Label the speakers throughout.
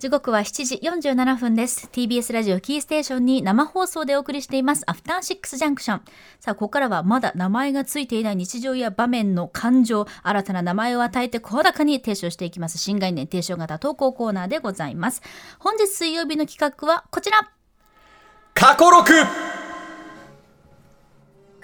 Speaker 1: 時刻は7時47分です TBS ラジオキーステーションに生放送でお送りしていますアフターシックスジャンクションさあここからはまだ名前がついていない日常や場面の感情新たな名前を与えて声高に提唱していきます新概念提唱型投稿コーナーでございます本日水曜日の企画はこちら
Speaker 2: 過去録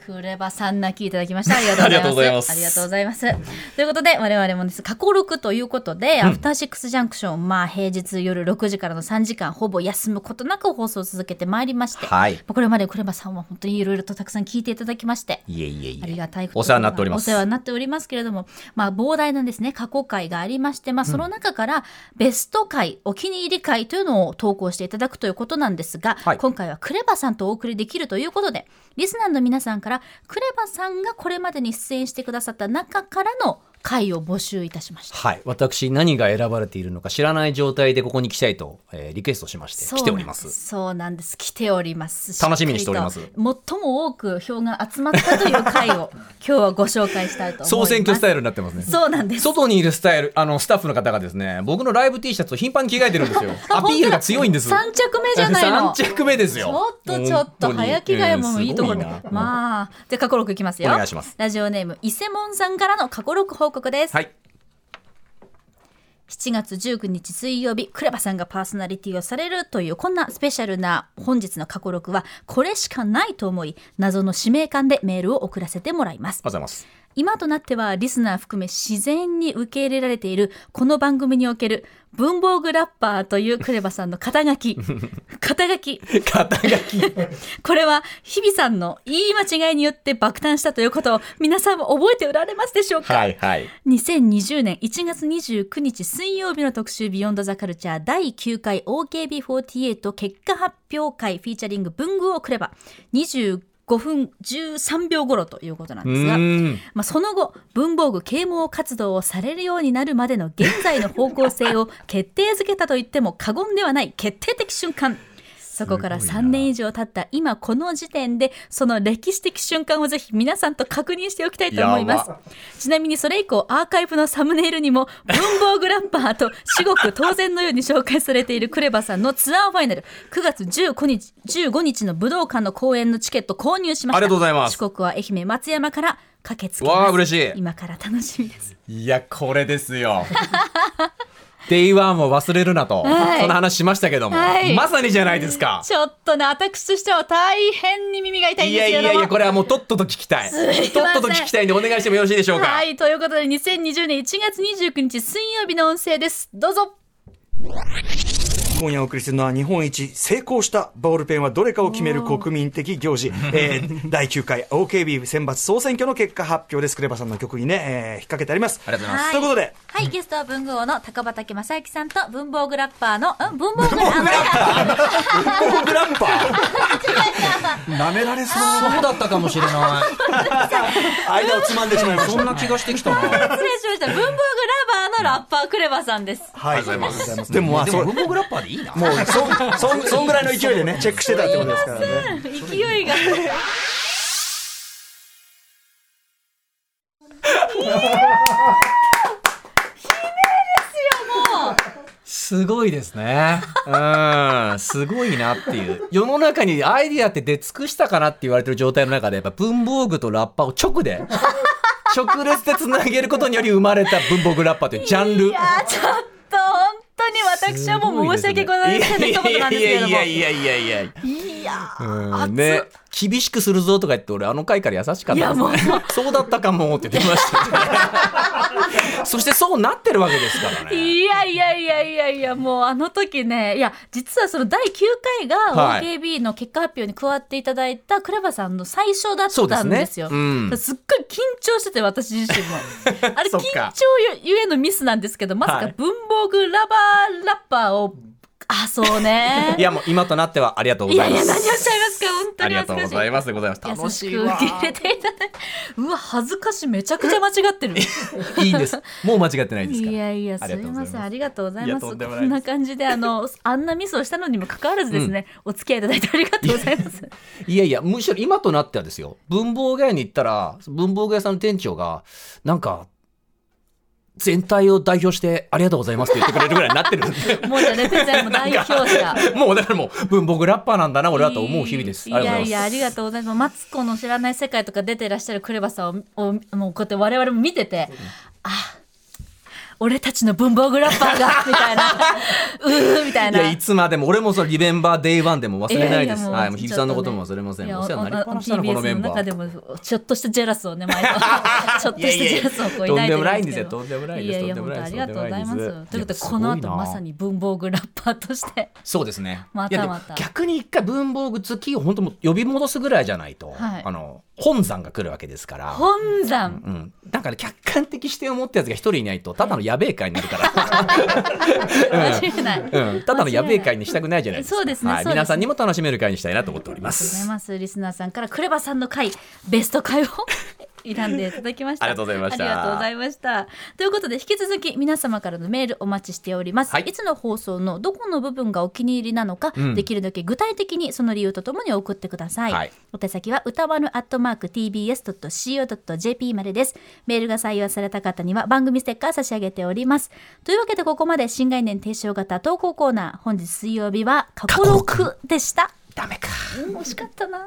Speaker 1: クレバさん泣きいただきま した。ありがとうございます。
Speaker 2: ありが
Speaker 1: とうございます。ということで、我々もです。過去録ということで、アフターシックスジャンクション、まあ、平日夜6時からの3時間、ほぼ休むことなく放送を続けてまいりまして、
Speaker 2: はい
Speaker 1: まあこれまでクレバさんは本当にいろいろとたくさん聞いていただきまして、
Speaker 2: いえいえい
Speaker 1: あり
Speaker 2: え
Speaker 1: がたいこと
Speaker 2: お世話になっておりま
Speaker 1: お
Speaker 2: す
Speaker 1: 世話になっておりますけれども、まあ、膨大なですね、過去回がありまして、まあ、その中から、ベスト回、お気に入り回というのを投稿していただくということなんですが、
Speaker 2: はい
Speaker 1: 今回はクレバさんとお送りできるということで、リスナーの皆さんから、クレバさんがこれまでに出演してくださった中からの回を募集いたしました。
Speaker 2: はい私何が選ばれているのか知らない状態でここに来たいと、えーリクエストしまして来ておりま
Speaker 1: そうなんですす。そうなんです。来ております。
Speaker 2: 楽しみにしております
Speaker 1: しっかと最も多く票が集まったという回 を今日はご紹介したいと思います。
Speaker 2: 総選挙スタ
Speaker 1: イ
Speaker 2: イルになってますね
Speaker 1: そうなんです。
Speaker 2: 外にいるスタイルあのスタッフの方がですね僕のライブ T シャツを頻繁に着替えてるん ですよアピールが強いんです
Speaker 1: 三着目じゃないの。
Speaker 2: 3着目です
Speaker 1: ち
Speaker 2: よ
Speaker 1: ょっとちょっと
Speaker 2: 本当に
Speaker 1: 早着替えもいいところ
Speaker 2: うん
Speaker 1: で、
Speaker 2: すごいな
Speaker 1: まあじゃあ過去6いきますよ
Speaker 2: お願いします
Speaker 1: ラジオネーム伊勢門さんからの過去6報告です、
Speaker 2: はい
Speaker 1: 7月19日水曜日クレバさんがパーソナリティをされるというこんなスペシャルな本日の過去6はこれしかないと思い謎の使命感でメールを送らせてもらいます
Speaker 2: ありがとうございます
Speaker 1: 今となってはリスナー含め自然に受け入れられているこの番組における文房具ラッパーというクレバさんの肩書 き肩書き
Speaker 2: 肩書 き
Speaker 1: これは日比さんの言い間違いによって爆誕したということを皆さんも覚えておられますでしょうか、
Speaker 2: はいはい
Speaker 1: 2020年1月29日水曜日の特集「ビヨンドザカルチャー第9回 OKB48 結果発表会フィーチャリング文具をくれば25分13秒頃ということなん
Speaker 2: う
Speaker 1: ですが。
Speaker 2: ーん
Speaker 1: まあ、その後文房具啓蒙活動をされるようになるまでの現在の方向性を決定づけたと言っても過言ではない決定的瞬間そこから
Speaker 2: すごい
Speaker 1: 3
Speaker 2: な
Speaker 1: 年以上経った今この時点でその歴史的瞬間をぜひ皆さんと確認しておきたいと思います
Speaker 2: や
Speaker 1: ちなみにそれ以降アーカイブのサムネイルにも文房具ラッパーと至極当然のように紹介されているクレバさんのツアーファイナル9月15日 ,15 日の武道館の公演のチケット購入しました
Speaker 2: ありがとうございます
Speaker 1: 四国は愛媛松山から駆けつけ
Speaker 2: わ
Speaker 1: ま
Speaker 2: あ
Speaker 1: す
Speaker 2: 嬉しい
Speaker 1: 今から楽しみです
Speaker 2: いやこれですよ デイワンを忘れるなと、
Speaker 1: はい
Speaker 2: その話しましたけども、
Speaker 1: はい
Speaker 2: まさにじゃないですか
Speaker 1: ちょっとね私としては大変に耳が痛いん
Speaker 2: い
Speaker 1: です
Speaker 2: や
Speaker 1: け
Speaker 2: い
Speaker 1: れども
Speaker 2: やいやこれはもうとっとと聞きたい
Speaker 1: すいません
Speaker 2: とっとと聞きたいんでお願いしてもよろしいでしょうか、
Speaker 1: はいということで2020年1月29日水曜日の音声ですどうぞ
Speaker 3: 今夜お送りするのは日本一成功したボールペンはどれかを決める国民的行事、えー第9回 OKB 選抜総選挙の結果発表ですクレバさんの曲にね、えー引っ掛けてあります
Speaker 2: ありがとうございます
Speaker 1: はい
Speaker 3: ということで
Speaker 1: はい、ゲストは文具王の高畑正明さんと文房具ラッパーの、うん、文房具ラッパ
Speaker 3: ボールラッパ ー
Speaker 4: 舐められそう
Speaker 2: そうだったかもしれない
Speaker 3: 間をつまんでしまいまし
Speaker 2: そ
Speaker 3: た
Speaker 2: んな気がしてきたな
Speaker 1: ー、失礼しました。文房具ラバーのラッパークレバさんです。
Speaker 3: はいありがとうございますでもまあ
Speaker 2: で
Speaker 3: そ
Speaker 2: も
Speaker 3: うもう
Speaker 2: 文房具ラッパーでいいな
Speaker 3: そそんそんぐらいの勢いでねチェックしてたってことですからね
Speaker 1: 勢いが。
Speaker 2: すごいですねうんすごいなっていう世の中にアイディアって出尽くしたかなって言われてる状態の中でやっぱ文房具とラッパーを直で直列でつなげることにより生まれた文房具ラッパーというジャンル
Speaker 1: いやー、ちょっと本当に私はもう申し訳ございませんの一言なんですけれども。
Speaker 2: いやいやいやいやいや
Speaker 1: いや
Speaker 2: う
Speaker 1: 熱
Speaker 2: んね、厳しくするぞとか言って俺あの回から優しかった
Speaker 1: いやもう
Speaker 2: ですねそうだったかもって言ってました、ね、そしてそうなってるわけですからね
Speaker 1: いやいやいやいやいやもうあの時ねいや実はその第9回
Speaker 2: は
Speaker 1: が
Speaker 2: い
Speaker 1: OKB の結果発表に加わっていただいたクレバさんの最初だ
Speaker 2: そうで
Speaker 1: った
Speaker 2: す
Speaker 1: ん
Speaker 2: ね
Speaker 1: ですよ。
Speaker 2: うん
Speaker 1: すっごい緊張してて私自 身もあれ
Speaker 2: そ
Speaker 1: 緊
Speaker 2: っ
Speaker 1: 張
Speaker 2: か
Speaker 1: ゆえのミスなんですけどまさ
Speaker 2: は
Speaker 1: か
Speaker 2: い
Speaker 1: 文房具ラバーラッパーをあそうね
Speaker 2: いやもう今となってはありがとうご
Speaker 1: い
Speaker 2: ざ
Speaker 1: や
Speaker 2: い
Speaker 1: い
Speaker 2: ま
Speaker 1: や何をおっ
Speaker 2: す
Speaker 1: しゃいますか本当
Speaker 2: あ
Speaker 1: に
Speaker 2: りがとうご
Speaker 1: 恥ず
Speaker 2: ざい
Speaker 1: か
Speaker 2: ますでございます楽
Speaker 1: し
Speaker 2: し
Speaker 1: い
Speaker 2: い
Speaker 1: 優しく
Speaker 2: わ
Speaker 1: 受け入れていただいてうわ恥ずかしいめちゃくちゃ間違ってる
Speaker 2: いいんですもう間違ってないですから
Speaker 1: いやいや
Speaker 2: あ
Speaker 1: すい
Speaker 2: りがとうござ
Speaker 1: ま
Speaker 2: い
Speaker 1: せん
Speaker 2: ま
Speaker 1: あ
Speaker 2: す
Speaker 1: りがとうござい
Speaker 2: い
Speaker 1: ます
Speaker 2: やとんでも
Speaker 1: こ
Speaker 2: ないです
Speaker 1: んな感じであ のあんなミスをしたのにもかかわらずですね、お付き合いいただいてありがとうございます
Speaker 2: いやいやむしろ今となってはですよ文房具屋に行ったら文房具屋さんの店長がなんか全体を代表してありがとうございますって言ってくれるぐらいになってるんで。
Speaker 1: もうじゃあね、哲也も代表者。
Speaker 2: もうだからもう文房具ラッパーなんだな俺はと思う日々です。
Speaker 1: い
Speaker 2: ありがと
Speaker 1: や
Speaker 2: うございます
Speaker 1: いや、ありがとうございます。マツコの知らない世界とか出てらっしゃるクレバさんを、をもうこうやって我々も見てて、あ、俺たちの文房具ラッパーが、み たいな、うーみたい
Speaker 2: い
Speaker 1: な。
Speaker 2: やいつまでも俺もそうリベンバーデイワンでも忘れないです。
Speaker 1: やや
Speaker 2: はい、もう
Speaker 1: ちょ
Speaker 2: 日
Speaker 1: っ
Speaker 2: 比さんのことも忘れません。
Speaker 1: いや
Speaker 2: お世話になりっぱなしだな
Speaker 1: TBS
Speaker 2: このメンバ
Speaker 1: 中で
Speaker 2: ー。
Speaker 1: もちょっとしたジェラスをね毎回ちょっとしたジェラスをこう抱いてる
Speaker 2: とんでもないんですよとんでもないです
Speaker 1: やいや
Speaker 2: とん
Speaker 1: 本当あ
Speaker 2: でもないです
Speaker 1: りがとうございます
Speaker 2: とんでもないです
Speaker 1: ということで
Speaker 2: いや
Speaker 1: この後
Speaker 2: すごいな
Speaker 1: まさに文房具ラッパーとして
Speaker 2: そうですね。
Speaker 1: ま
Speaker 2: い
Speaker 1: た
Speaker 2: やでも
Speaker 1: また
Speaker 2: 逆に一回文房具好きを本当もう呼び戻すぐらいじゃないと、
Speaker 1: はい
Speaker 2: あの本山が来るわけですから。
Speaker 1: 本山
Speaker 2: うん、なんかね客観的視点を持ったやつが一人いないとただのやべえ会にな るから、
Speaker 1: 間違いない
Speaker 2: うんうん、ただのやべえ会にしたくないじゃないですか
Speaker 1: そうですね
Speaker 2: はい
Speaker 1: そうですね
Speaker 2: 皆さんにも楽しめる会にしたいなと思っておりま
Speaker 1: ありがとうござ
Speaker 2: す
Speaker 1: います。リスナーさんからクレバさんの回、ベスト回を選んでいただきました。
Speaker 2: ありがとうございました
Speaker 1: ありがとうございました。ということで、引き続き皆様からのメールお待ちしております。、
Speaker 2: はいい
Speaker 1: つの放送のどこの部分がお気に入りなのか、
Speaker 2: うん
Speaker 1: できるだけ具体的にその理由とともに送ってください。
Speaker 2: はい
Speaker 1: お手先は歌わぬアットマーク tbs.co.jp までです。メールが採用された方には番組ステッカー差し上げております。というわけでここまで新概念提唱型投稿コーナー、本日水曜日は過去6でした。
Speaker 2: ダメか
Speaker 1: 惜しかったな。